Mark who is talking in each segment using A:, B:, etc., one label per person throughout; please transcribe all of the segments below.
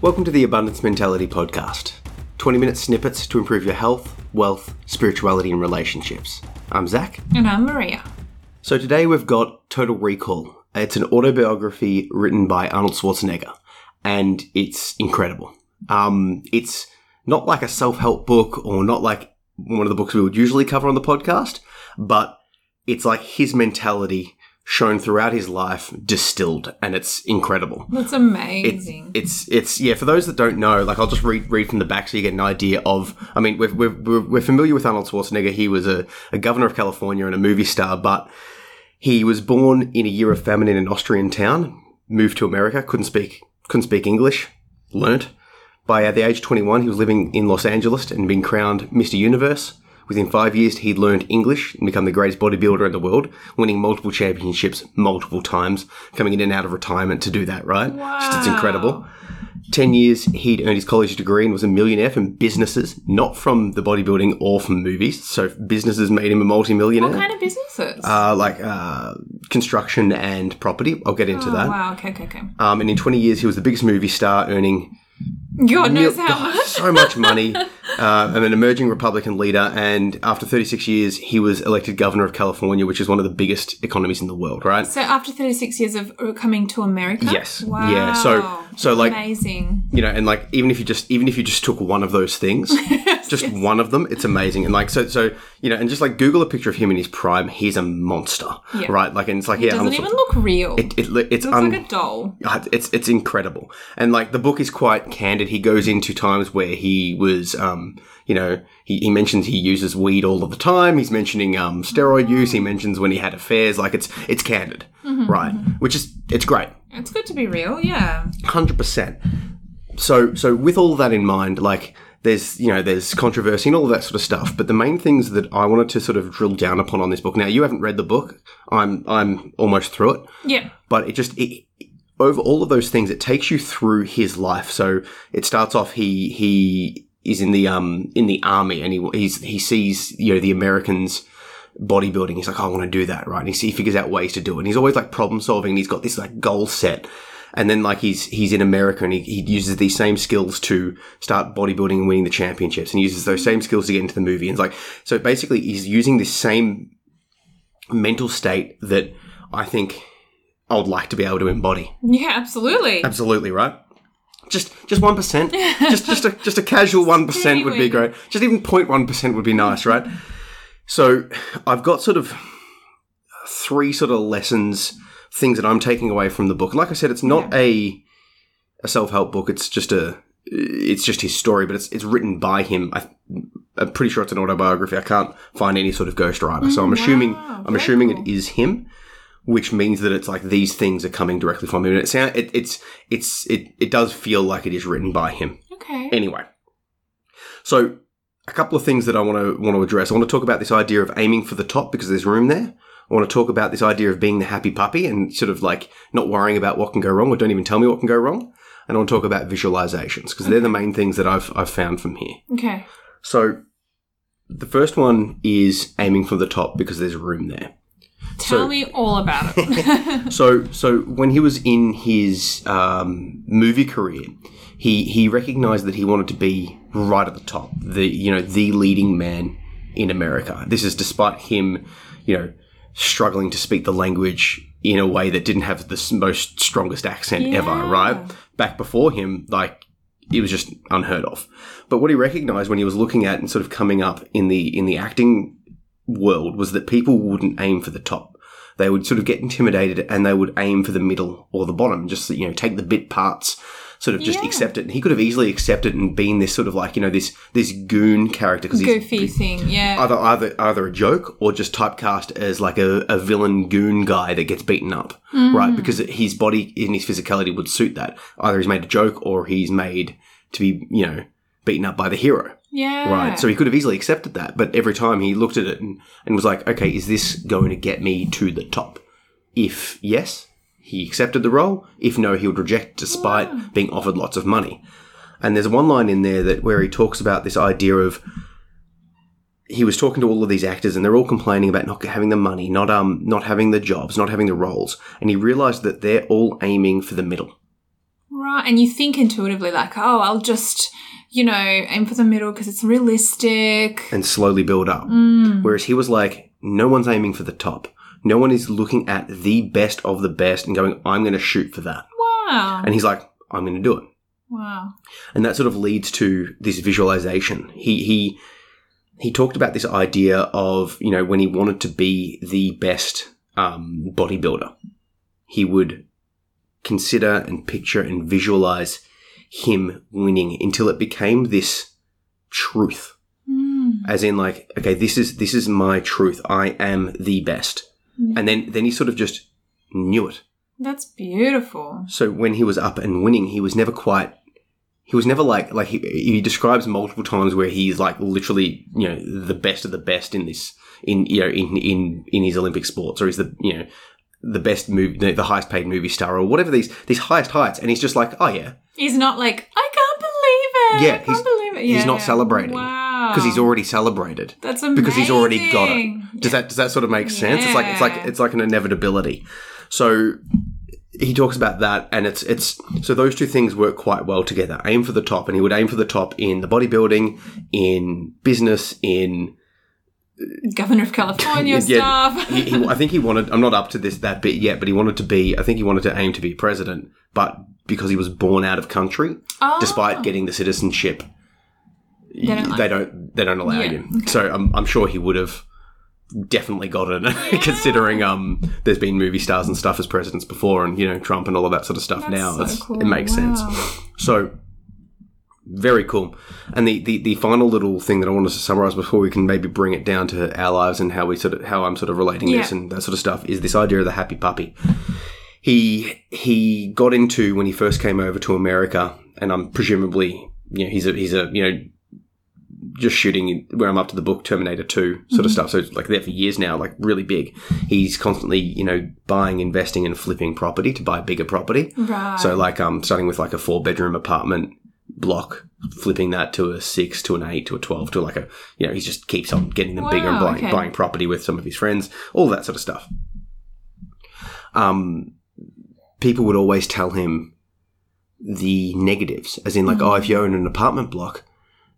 A: Welcome to the Abundance Mentality Podcast 20 minute snippets to improve your health, wealth, spirituality, and relationships. I'm Zach.
B: And I'm Maria.
A: So today we've got Total Recall. It's an autobiography written by Arnold Schwarzenegger, and it's incredible. Um, it's not like a self help book or not like one of the books we would usually cover on the podcast, but it's like his mentality shown throughout his life distilled, and it's incredible.
B: That's
A: It-
B: amazing.
A: it's it's yeah. For those that don't know, like I'll just read read from the back so you get an idea of. I mean, we're we're, we're, we're familiar with Arnold Schwarzenegger. He was a, a governor of California and a movie star, but he was born in a year of famine in an Austrian town. Moved to America, couldn't speak couldn't speak English. Learnt by uh, the age of 21, he was living in Los Angeles and been crowned Mr. Universe. Within five years, he'd learned English and become the greatest bodybuilder in the world, winning multiple championships multiple times, coming in and out of retirement to do that, right? Just, it's incredible. 10 years, he'd earned his college degree and was a millionaire from businesses, not from the bodybuilding or from movies. So businesses made him a multimillionaire.
B: what kind of businesses?
A: uh, like uh, construction and property. I'll get into
B: oh,
A: that.
B: wow. Okay, okay, okay.
A: Um, and in 20 years, he was the biggest movie star, earning
B: God knows
A: Mil-
B: how
A: God,
B: much.
A: so much money. Uh, I'm an emerging Republican leader, and after 36 years, he was elected governor of California, which is one of the biggest economies in the world, right?
B: So after 36 years of uh, coming to America?
A: Yes.
B: Wow.
A: Yeah, so- so, like-
B: Amazing.
A: You know, and like even if you just even if you just took one of those things, just one of them, it's amazing. And like so so you know, and just like Google a picture of him in his prime, he's a monster,
B: Yeah.
A: right? Like and it's like yeah,
B: Doesn't
A: I'm
B: even look real.
A: it, it, li- it's
B: looks
A: un-
B: like a doll.
A: Uh, it's it's incredible, and like the book is quite candid. He goes into times where he was, um, you know, he, he mentions he uses weed all of the time. He's mentioning um, steroid use. He mentions when he had affairs. Like it's it's candid, right? Which is it's great,
B: It's good to be real, yeah.
A: hundred percent. So so with all that in mind, like there's you know there's controversy and all that sort of stuff. But the main things that I wanted to sort of drill down upon on this book. Now you haven't read the book. I'm I'm almost through it
B: Yeah.
A: but it just it, over all of those things it takes you through his life so it starts off he he is in the um in the army and he he's, he sees you know the americans bodybuilding he's like "Oh, i want to do that right and he, see- he figures out ways to do it and he's always like problem solving and he's got this like goal set and then like he's he's in america and he, he uses these same skills to start bodybuilding and winning the championships and he uses those same skills to get into the movie and it's like so basically he's using this same mental state that i think I would like to be able to embody.
B: Yeah, absolutely.
A: Absolutely, right? Just just one percent. just just a just a casual one percent would be
B: Anyway.
A: great. Just even 0.1 percent would be nice, right? So I've got sort of three sort of lessons, things that I'm taking away from the book. And like I said, it's not a a self help book. It's just a it's just his story, but it's it's written by him. I, I'm pretty sure it's an autobiography. I can't find any sort of ghostwriter, so I'm assuming
B: Mm, wow,
A: I'm
B: very
A: assuming
B: cool.
A: it is him, which means that it's like these things are coming directly from him. And it sound it, it's it's it it does feel like it is written by him.
B: Okay.
A: Anyway, so a couple of things that I want to want to address. I want to talk about this idea of aiming for the top because there's room there. I want to talk about this idea of being the happy puppy and sort of like not worrying about what can go wrong or don't even tell me what can go wrong. And I want to talk about visualizations because they're the main things that I've I've found from here.
B: Okay.
A: So the first one is aiming for the top because there's room there.
B: Tell
A: So-
B: me all about it.
A: So, so when he was in his um, movie career, he he recognized that he wanted to be right at the top, the you know the leading man in America. This is despite him, you know, struggling to speak the language in a way that didn't have the s- most strongest accent ever.
B: Yeah.
A: Right back before him, like it was just unheard of. But what he recognized when he was looking at and sort of coming up in the in the acting world was that people wouldn't aim for the top. They would sort of get intimidated and they would aim for the middle or the bottom, just you know, take the bit parts, sort of just
B: Yeah.
A: accept it. And he could have easily accepted and been this sort of like you know this this goon character because he's
B: Goofy thing, yeah.
A: either either either a joke or just typecast as like a, a villain goon guy that gets beaten up, right? Because his body and his physicality would suit that. Either he's made a joke or he's made to be you know beaten up by the hero,
B: yeah.
A: right? So he could have easily accepted that, but every time he looked at it and, and was like, okay, is this going to get me to the top? If yes, he accepted the role. If no, he would reject despite being offered lots of money. And there's one line in there that where he talks about this idea of he was talking to all of these actors and they're all complaining about not having the money, not um not having the jobs, not having the roles, and he realized that they're all aiming for the middle.
B: Right. And you think intuitively, like, oh, I'll just, you know, aim for the middle because it's realistic. Mm.
A: and slowly build up.
B: Mm-hmm.
A: Whereas he was like, no one's aiming for the top. No one is looking at the best of the best and going, I'm going to shoot for that.
B: Wow.
A: And he's like, I'm going to do it.
B: Wow.
A: And that sort of leads to this visualization. He, he, he talked about this idea of, you know, when he wanted to be the best um, bodybuilder, he would consider and picture and visualize him winning until it became this truth
B: Mm.
A: as in like okay this is this is my truth i am the best and then then he sort of just knew it
B: That's beautiful.
A: so when he was up and winning he was never quite he was never like like he, he describes multiple times where he's like literally you know the best of the best in this in you know in in in his olympic sports or he's the you know the best movie the, the highest paid movie star or whatever these these highest heights and he's just like oh yeah
B: He's not like, I can't believe it.
A: Yeah,
B: I can't
A: he's-
B: believe it.
A: he's
B: Yeah,
A: not
B: yeah.
A: celebrating.
B: Wow.
A: because he's already celebrated
B: That's amazing.
A: because he's already got it. Does that does that sort of make sense? It's like it's like
B: Yeah.
A: it's like an inevitability. So he talks about that, and it's it's so those two things work quite well together. Aim for the top, and he would aim for the top in the bodybuilding, in business, in
B: Governor of California
A: yeah,
B: stuff.
A: he, he, I think he wanted. I'm not up to this that bit yet, but he wanted to be. I think he wanted to aim to be president, but because he was born out of country,
B: Oh.
A: despite getting the citizenship, they
B: don't
A: don't
B: like
A: they don't, allow
B: Yeah,
A: you. So I'm, I'm sure he would have definitely got it, considering um, there's been movie stars and stuff as presidents before, and you know Trump and all of that sort of stuff.
B: That's
A: now
B: so
A: it's,
B: cool.
A: it makes sense.
B: Wow.
A: So very cool. And the, the the final little thing that I wanted to summarize before we can maybe bring it down to our lives and how we sort of how I'm sort of relating this
B: Yeah.
A: and that sort of stuff is this idea of the happy puppy. He he got into when he first came over to America, and I'm presumably you know he's a he's a you know just shooting where I'm up to the book Terminator 2 sort of stuff. So it's like there for years now, like really big. He's constantly you know buying, investing, and flipping property to buy bigger property.
B: Right.
A: So like um starting with like a four bedroom apartment block, flipping that to a six, to an eight, to a twelve, to like a you know, he just keeps on getting them bigger and
B: Wow,
A: buying,
B: okay.
A: buying property with some of his friends, all that sort of stuff. Um people would always tell him the negatives, as in like,
B: Mm.
A: oh, if you own an apartment block,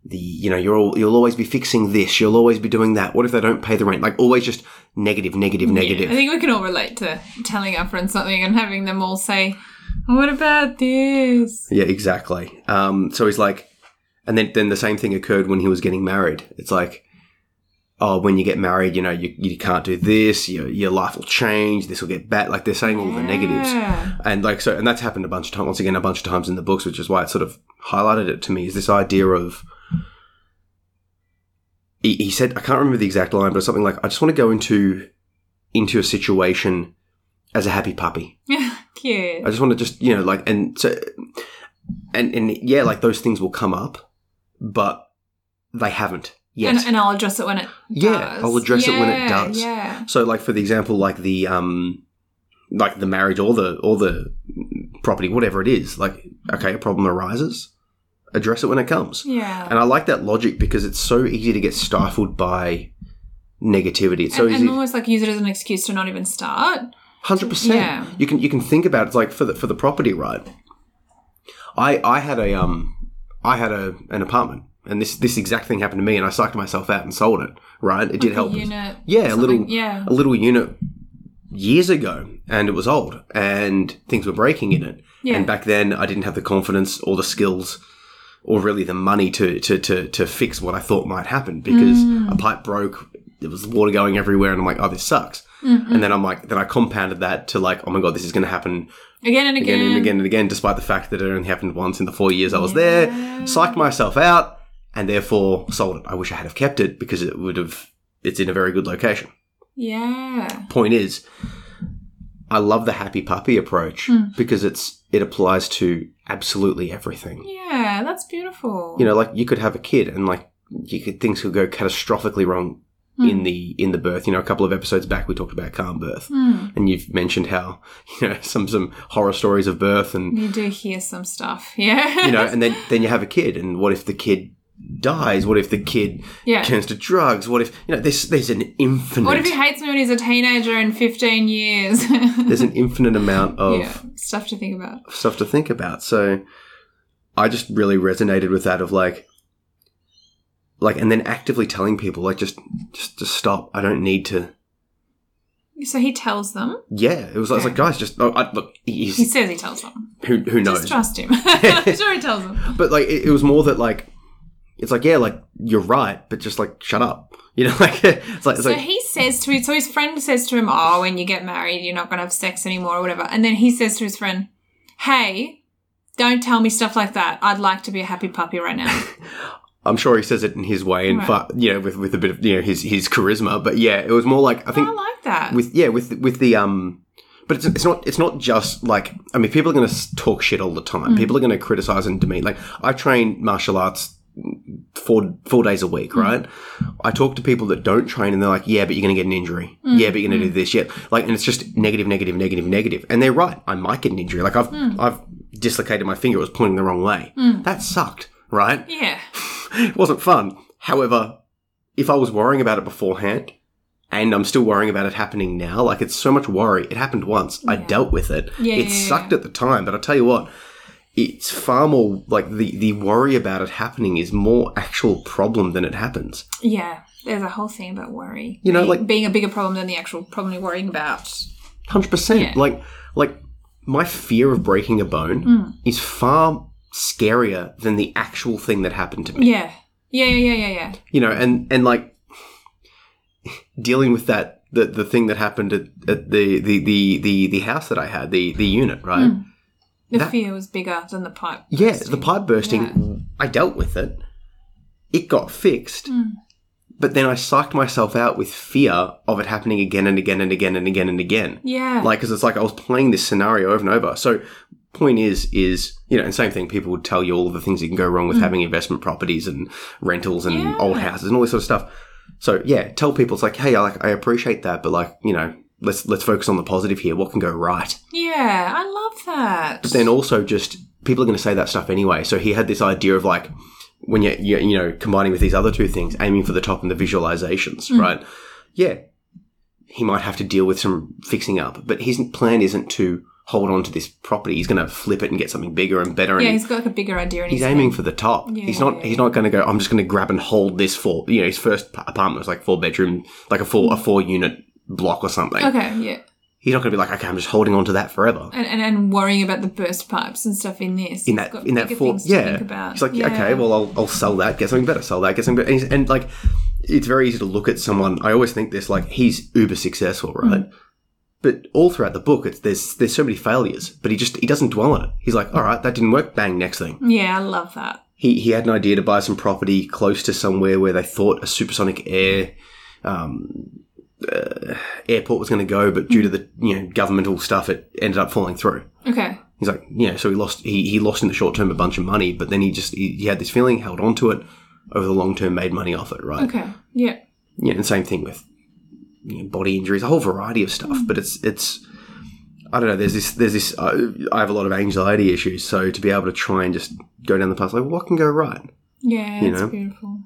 A: the you know, you're all, you'll always be fixing this, you'll always be doing that. What if they don't pay the rent? Like always just negative, negative, negative.
B: I think we can all relate to telling our friends something and having them all say, "What about this?"
A: Yeah, exactly. Um, so he's like, and then then the same thing occurred when he was getting married. It's like, oh, when you get married, you know, you, you can't do this. Your your life will change. This will get bad. Like they're saying all the negatives,
B: Yeah.
A: and like so, and that's happened a bunch of times. Once again, a bunch of times in the books, which is why it sort of highlighted it to me. Is this idea of he, he said I can't remember the exact line, but it's something like I just want to go into into a situation as a happy puppy.
B: Cute.
A: I just want to just you know like and so and and yeah, like those things will come up, but they haven't yet.
B: And, and I'll address it when it.
A: Yeah,
B: does.
A: I'll address it when it
B: Yeah,
A: does.
B: Yeah.
A: so like for the example, like the um, like the marriage or the or the property, whatever it is, like okay, a problem arises, address it when it comes.
B: Yeah.
A: And I like that logic because it's so easy to get stifled by negativity. It's so
B: and,
A: easy.
B: and almost like use it as an excuse to not even start.
A: Hundred percent.
B: Yeah.
A: You can you can think about it. it's like for the for the property right. I I had a um I had a an apartment and this this exact thing happened to me and I psyched myself out and sold it. Right, it did help.
B: Unit.
A: yeah, a little
B: Yeah.
A: a little unit years ago and it was old and things were breaking in it.
B: Yeah.
A: And back then I didn't have the confidence or the skills or really the money to to to, to fix what I thought might happen because
B: Mm.
A: a pipe broke, there was water going everywhere and I'm like, oh this sucks.
B: Mm,
A: And then I'm like then I compounded that to like, oh my god, this is gonna happen
B: Again and again.
A: again and again and again, despite the fact that it only happened once in the four years I was there. Psyched myself out and therefore sold it. I wish I had have kept it because it would have it's in a very good location
B: Yeah.
A: point is I love the happy puppy approach because it's it applies to absolutely everything.
B: Yeah. That's beautiful.
A: You know, like you could have a kid and like you could things could go catastrophically wrong in the in the birth. You know, a couple of episodes back we talked about calm birth.
B: Hmm.
A: And you've mentioned how, you know, some some horror stories of birth and
B: You do hear some stuff. Yeah.
A: you know, and then then you have a kid and what if the kid dies? What if the kid
B: Yeah.
A: turns to drugs? What if you know? There's there's an infinite
B: What if he hates me when he's a teenager in 15 years?
A: there's an infinite amount of
B: yeah, stuff to think about.
A: stuff to think about. So I just really resonated with that of like like and then actively telling people like just just just stop. I don't need to.
B: So he tells them.
A: Yeah, it was, I was like guys, just oh, I, look.
B: He
A: He's,
B: says he tells them.
A: who who knows?
B: Just trust him. I'm sure he tells them.
A: But like it, it was more that like it's like yeah, like you're right, but just like shut up. You know, like it's like it's
B: So
A: like
B: he says to his, so his friend says to him, "Oh, when you get married, you're not going to have sex anymore, or whatever." And then he says to his friend, "Hey, don't tell me stuff like that. I'd like to be a happy puppy right now."
A: I'm sure he says it in his way and
B: Right.
A: fu- you know with with a bit of you know his his charisma, but yeah, it was more like I think
B: I like that.
A: with yeah with with the um but it's, it's not it's not just like i mean people are going to talk shit all the time people are going to criticize and demean like i train martial arts four four days a week right i talk to people that don't train and they're like yeah but you're going to get an injury yeah but you're going to do this yeah like and it's just negative negative negative negative and they're right i might get an injury like i've i've dislocated my finger it was pointing the wrong way that sucked right
B: yeah,
A: it wasn't fun. However, if I was worrying about it beforehand, and I'm still worrying about it happening now, like it's so much worry. It happened once. I dealt with it.
B: Yeah,
A: it
B: yeah, yeah,
A: sucked at the time, but I tell you what, it's far more like the the worry about it happening is more actual problem than it happens.
B: yeah. There's a whole thing about worry.
A: You know,
B: Being-
A: like-
B: being a bigger problem than the actual problem you're worrying about.
A: Hundred
B: Yeah.
A: percent. Like like my fear of breaking a bone
B: Mm.
A: is far scarier than the actual thing that happened to me.
B: Yeah, yeah, yeah, yeah, yeah. yeah.
A: you know, and and like dealing with that the the thing that happened at, at the, the the the the house that I had the the unit right.
B: The
A: That-
B: fear was bigger than the pipe.
A: Yeah, the pipe bursting. I dealt with it. It got fixed, but then I psyched myself out with fear of it happening again and again and again and again and again.
B: Yeah,
A: Like, because it's like I was playing this scenario over and over. So, point is, is you know, and same thing. People would tell you all the things that can go wrong with having investment properties and rentals and
B: Mm. Yeah.
A: old houses and all this sort of stuff. So, yeah, tell people it's like, hey, I like I appreciate that, but like, you know, let's let's focus on the positive here. What can go right?
B: yeah. I love that.
A: But then also, just people are going to say that stuff anyway. So he had this idea of like when you you you know combining with these other two things, aiming for the top and the visualizations,
B: Hmm.
A: right? Yeah, he might have to deal with some fixing up, but his plan isn't to hold on to this property. He's going to flip it and get something bigger and better.
B: yeah,
A: and
B: he's got like a bigger idea. In
A: He's
B: his
A: aiming
B: head.
A: for the top. he's
B: yeah,
A: not. He's not going to go. I'm just going to grab and hold this for you know his first p- apartment was like four bedroom, like a four a four unit block or something.
B: Okay, yeah.
A: He's not going to be like, okay, I'm just holding on to that forever.
B: and, and, and worrying about the burst pipes and stuff in this.
A: in
B: It's
A: that
B: got
A: in that
B: bigger
A: form.
B: things to
A: yeah,
B: think about.
A: it's like
B: Yeah.
A: okay, well I'll, I'll sell that, get something better, sell that, get something better, and, he's- and like it's very easy to look at someone. I always think this like he's uber successful, right? But all throughout the book, it's there's there's so many failures, but he just he doesn't dwell on it. He's like, all right, that didn't work. Bang, next thing.
B: yeah, I love that.
A: He he had an idea to buy some property close to somewhere where they thought a supersonic air. Um, uh, airport was going to go, but due to the you know governmental stuff, it ended up falling through.
B: Okay,
A: He's like, yeah, so he lost, he, he lost in the short term a bunch of money, but then he just, he, he had this feeling, held on to it, over the long term made money off it, right?
B: okay, yeah,
A: Yeah, and same thing with you know, body injuries, a whole variety of stuff, but it's, it's, I don't know, there's this, there's this, uh, I have a lot of anxiety issues, so to be able to try and just go down the path, like, what can go right?
B: yeah,
A: You
B: it's
A: know?
B: beautiful.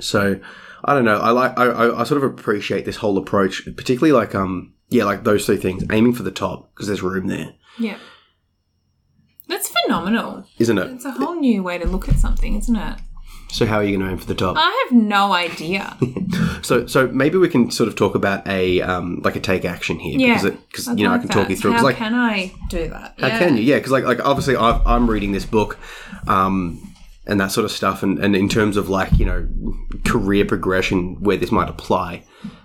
A: So I don't know. I like. I, I, I sort of appreciate this whole approach, particularly like um yeah, like those three things: aiming for the top because there's room there,
B: Yeah, that's phenomenal.
A: isn't it?
B: It's a whole new way to look at something, isn't it?
A: So how are you going to aim for the top?
B: I have no idea.
A: So, so maybe we can sort of talk about a um, like a take action here
B: Yeah,
A: because it, cause, you know I
B: like
A: can
B: that.
A: talk you through. it. 'Cause,
B: How
A: like,
B: can I do that?
A: how can you? Yeah, because like like obviously I've, I'm reading this book, um, and that sort of stuff, and, and in terms of like you know career progression where this might apply,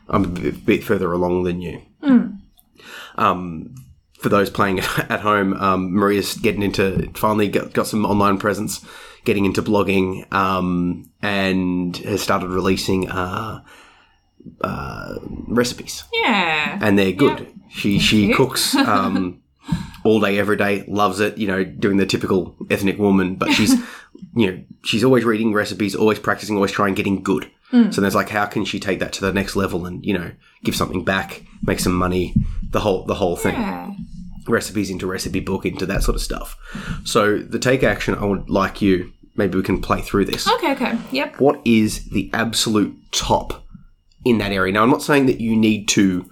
A: I'm a bit, bit further along than you. Um, for those playing at home, um, Maria's getting into finally got, got some online presence, getting into blogging, um, and has started releasing uh, uh, recipes
B: Yeah,
A: and they're good. She she
B: you.
A: cooks um, all day, every day. Loves it. You know, doing the typical ethnic woman, but she's you know she's always reading recipes, always practicing, always trying, getting good.
B: Mm.
A: So there's like, how can she take that to the next level and you know give something back, make some money, the whole the whole thing
B: yeah.
A: recipes into recipe book into that sort of stuff. So the take action I would like you maybe we can play through this.
B: Okay, okay. Yep.
A: What is the absolute top in that area? Now, I'm not saying that you need to.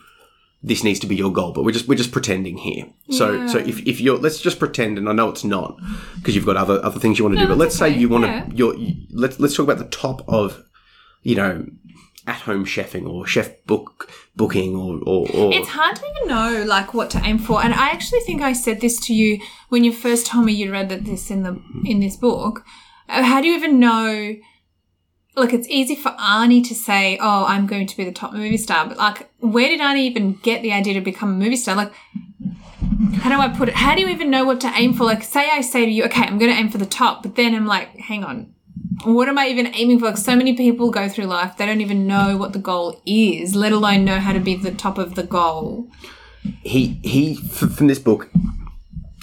A: This needs to be your goal, but we're just we're just pretending here. So so if, if you're let's just pretend, and I know it's not because you've got other other things you want to do. But let's
B: that's
A: say
B: okay,
A: you want
B: yeah.
A: to your let's let's talk about the top of you know at home chefing or chef book booking or or, or
B: It's hard to even know like what to aim for. And I actually think I said this to you when you first told me you read that this in the in this book. Uh, How do you even know? Like it's easy for Arnie to say, "Oh, I'm going to be the top movie star," but like, where did Arnie even get the idea to become a movie star? Like, how do I put it? How do you even know what to aim for? Like, say I say to you, "Okay, I'm going to aim for the top," but then I'm like, "Hang on." What am I even aiming for? Like, so many people go through life, they don't even know what the goal is, let alone know how to be the top of the goal.
A: he he f- from this book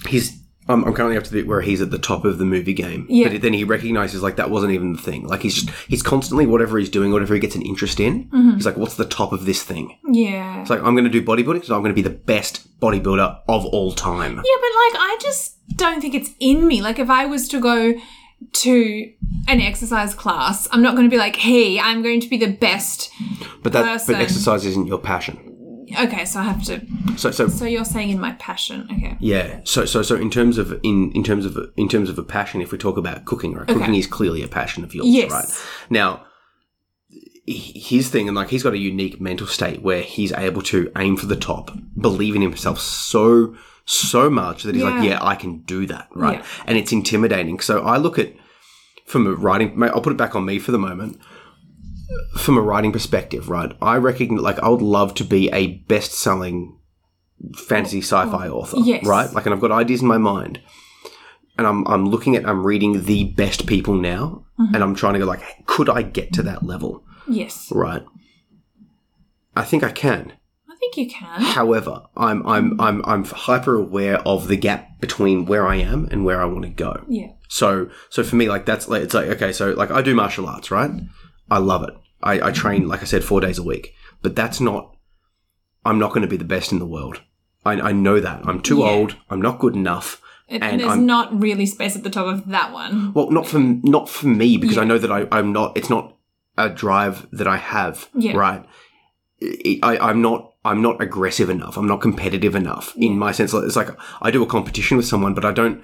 A: he's I'm, I'm currently up to the bit where he's at the top of the movie game
B: Yeah.
A: but then he recognizes like that wasn't even the thing like he's just he's constantly whatever he's doing whatever he gets an interest in
B: Mm-hmm.
A: he's like what's the top of this thing
B: Yeah.
A: it's like i'm going to do bodybuilding so i'm going to be the best bodybuilder of all time
B: yeah, but like I just don't think it's in me. Like if I was to go to an exercise class, I'm not going to be like, "Hey, I'm going to be the best."
A: but that
B: Person.
A: but exercise isn't your passion
B: Okay, so I have to.
A: so so
B: So you're saying in my passion. Okay.
A: yeah so so so in terms of in in terms of in terms of a passion if we talk about cooking right cooking is clearly a passion of yours
B: Yes.
A: right now h- his thing and like he's got a unique mental state where he's able to aim for the top believe in himself so so much that he's like
B: Yeah.
A: yeah i can do that right
B: Yeah.
A: and it's intimidating so i look at from a writing i'll put it back on me for the moment from a writing perspective right i reckon like i would love to be a best-selling fantasy sci-fi author
B: Yes.
A: right like and i've got ideas in my mind and I'm, I'm looking at i'm reading the best people now and i'm trying to go like could i get to that level
B: Yes.
A: Right. I think I can.
B: I think you can.
A: However, I'm I'm I'm I'm hyper aware of the gap between where I am and where I want to go.
B: Yeah.
A: So so for me, like that's like it's like okay, so like I do martial arts, right? I love it. I, I train, like I said, four days a week. But that's not I'm not gonna be the best in the world. I, I know that. I'm too
B: Yeah.
A: old, I'm not good enough.
B: And,
A: And
B: there's
A: I'm-
B: not really space at the top of that one.
A: Well, not for not for me because I
B: Yeah.
A: know that I, I'm not. It's not a drive that I have.
B: Yeah.
A: Right. I, I- I'm not. I'm not aggressive enough. I'm not competitive enough in my sense. Like, It's like I do a competition with someone, but I don't.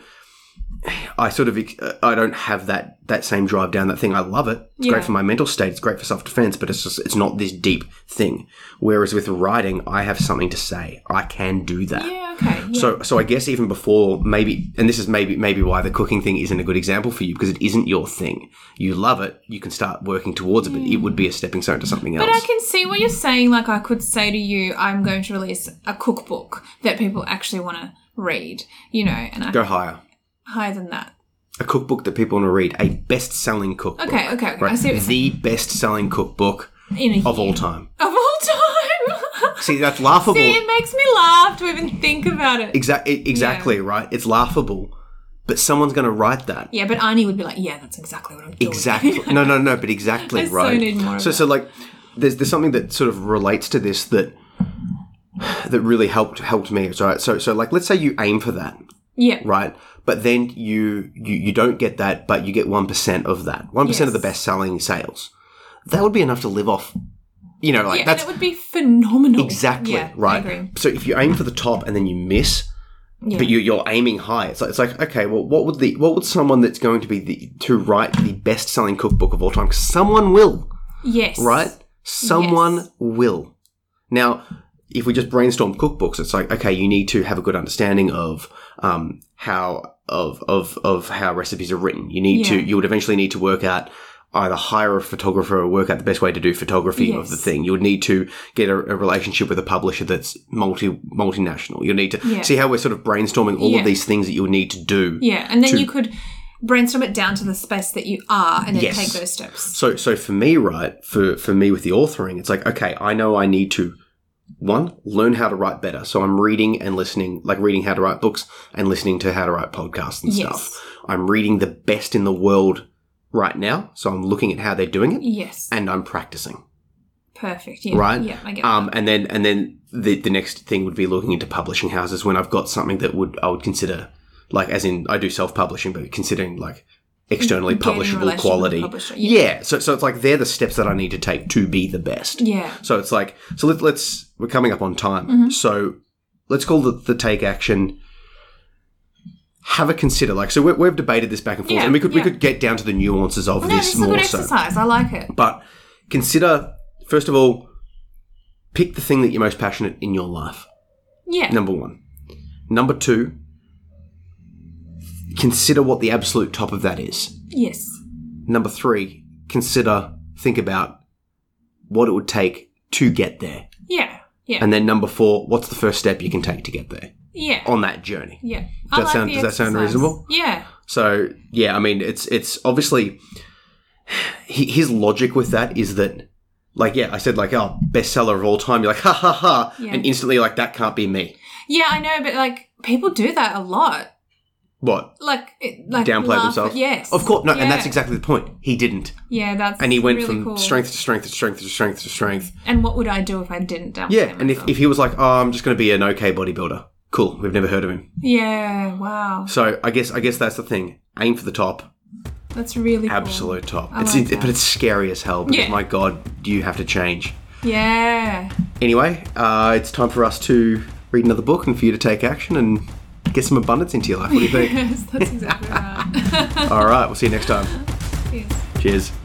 A: I sort of. ex- I don't have that that same drive down that thing. I love it. It's
B: Yeah.
A: great for my mental state. It's great for self defense. But it's just. It's not this deep thing. Whereas with writing, I have something to say. I can do that.
B: Yeah. Okay. Yeah.
A: So, so I guess even before maybe, and this is maybe maybe why the cooking thing isn't a good example for you because it isn't your thing. You love it. You can start working towards it, but it would be a stepping stone to something else.
B: But I can see what you're saying. Like, I could say to you, I'm going to release a cookbook that people actually want to read, you know, and I,
A: Go higher.
B: higher than that.
A: A cookbook that people want to read. A best-selling cookbook.
B: Okay, okay, okay. I
A: Right.
B: see what you're
A: The best-selling cookbook
B: In a
A: of
B: year.
A: all time.
B: Of all time.
A: See, that's laughable.
B: See, it makes me laugh to even think about it.
A: Exact- exactly right. It's laughable, but someone's going to write that.
B: Yeah, but Arnie would be like, yeah, that's exactly what I'm doing.
A: Exactly. No, no, no. But exactly
B: I so
A: right.
B: need more of
A: so,
B: that.
A: so like, there's there's something that sort of relates to this that that really helped helped me. So, right. so so like, let's say you aim for that,
B: yeah.
A: right? But then you you, you don't get that, but you get one percent of that, one of the
B: Yes.
A: best selling sales. That would be enough to live off. You know, like
B: Yeah, and
A: that's
B: it would be phenomenal.
A: exactly
B: Yeah,
A: right.
B: I agree.
A: So if you aim for the top and then you miss,
B: Yeah.
A: but you, you're aiming high. It's like, it's like okay, well, what would the what would someone that's going to be the to write the best selling cookbook of all time? 'Cause someone will,
B: yes.
A: right? Someone
B: Yes.
A: will. Now, if we just brainstorm cookbooks, it's like okay, you need to have a good understanding of um, how of of of how recipes are written. You need to
B: Yeah.
A: you would eventually need to work out. Either hire a photographer or work out the best way to do photography of the
B: Yes.
A: thing. You would need to get a, a relationship with a publisher that's multi multinational. You'll need to
B: Yeah.
A: see how we're sort of brainstorming all
B: Yeah.
A: of these things that you'll need to do.
B: Yeah, and then
A: To-
B: you could brainstorm it down to the space that you are and then
A: Yes.
B: take those steps.
A: So so for me, right, for for me with the authoring, it's like, okay, I know I need to one, learn how to write better. So I'm reading and listening, like reading how to write books and listening to how to write podcasts and
B: Yes.
A: stuff. I'm reading the best in the world right now, so I'm looking at how they're doing it
B: Yes.
A: and I'm practicing.
B: Perfect. Yeah.
A: Right?
B: Yeah, I get
A: Um and then and then the the next thing would be looking into publishing houses when I've got something that would I would consider like as in I do self publishing, but considering like externally
B: Get in relation
A: publishable
B: with the
A: quality.
B: publisher,
A: yeah.
B: yeah.
A: So so it's like they're the steps that I need to take to be the best.
B: Yeah.
A: So it's like so let, let's we're coming up on time.
B: Mm-hmm.
A: So let's call the, the take action. Have a consider like so. we we've debated this back and forth,
B: Yeah,
A: and we could we
B: yeah.
A: could get down to the nuances of
B: No,
A: this
B: this is a good
A: more so.
B: exercise. I like it.
A: But consider first of all, pick the thing that you're most passionate in your life.
B: Yeah.
A: Number one. Number two, consider what the absolute top of that is.
B: Yes.
A: Number three, consider, think about what it would take to get there.
B: Yeah. Yeah.
A: And then number four, what's the first step you can take to get there
B: yeah.
A: on that journey?
B: yeah.
A: that sound-
B: the
A: does that sound
B: exercise.
A: reasonable?
B: Yeah.
A: So yeah, I mean, it's it's obviously hi- his logic with that is that, like, yeah, I said like, oh, bestseller of all time. You're like, ha ha ha,
B: Yeah.
A: and instantly like that can't be me.
B: Yeah, I know, but like people do that a lot.
A: What
B: Like, it, like
A: downplay
B: laugh-
A: themselves?
B: Yes.
A: of course, no,
B: Yeah.
A: and that's exactly the point. He didn't,
B: Yeah, that's
A: and he went
B: really
A: from
B: cool.
A: strength to strength to strength to strength to strength.
B: And what would I do if I didn't downplay
A: Yeah, and if
B: myself?
A: if he was like, oh, I'm just going to be an okay bodybuilder, cool. We've never heard of him.
B: yeah, wow,
A: So I guess I guess that's the thing. Aim for the top,
B: that's really cool.
A: absolute top.
B: I
A: it's
B: like that.
A: but it's scary as hell because
B: Yeah.
A: my god, do you have to change?
B: Yeah,
A: Anyway, uh, it's time for us to read another book and for you to take action and get some abundance into your life. What do you think?
B: yes, that's exactly right.
A: All right, we'll see you next time.
B: Yes.
A: Cheers.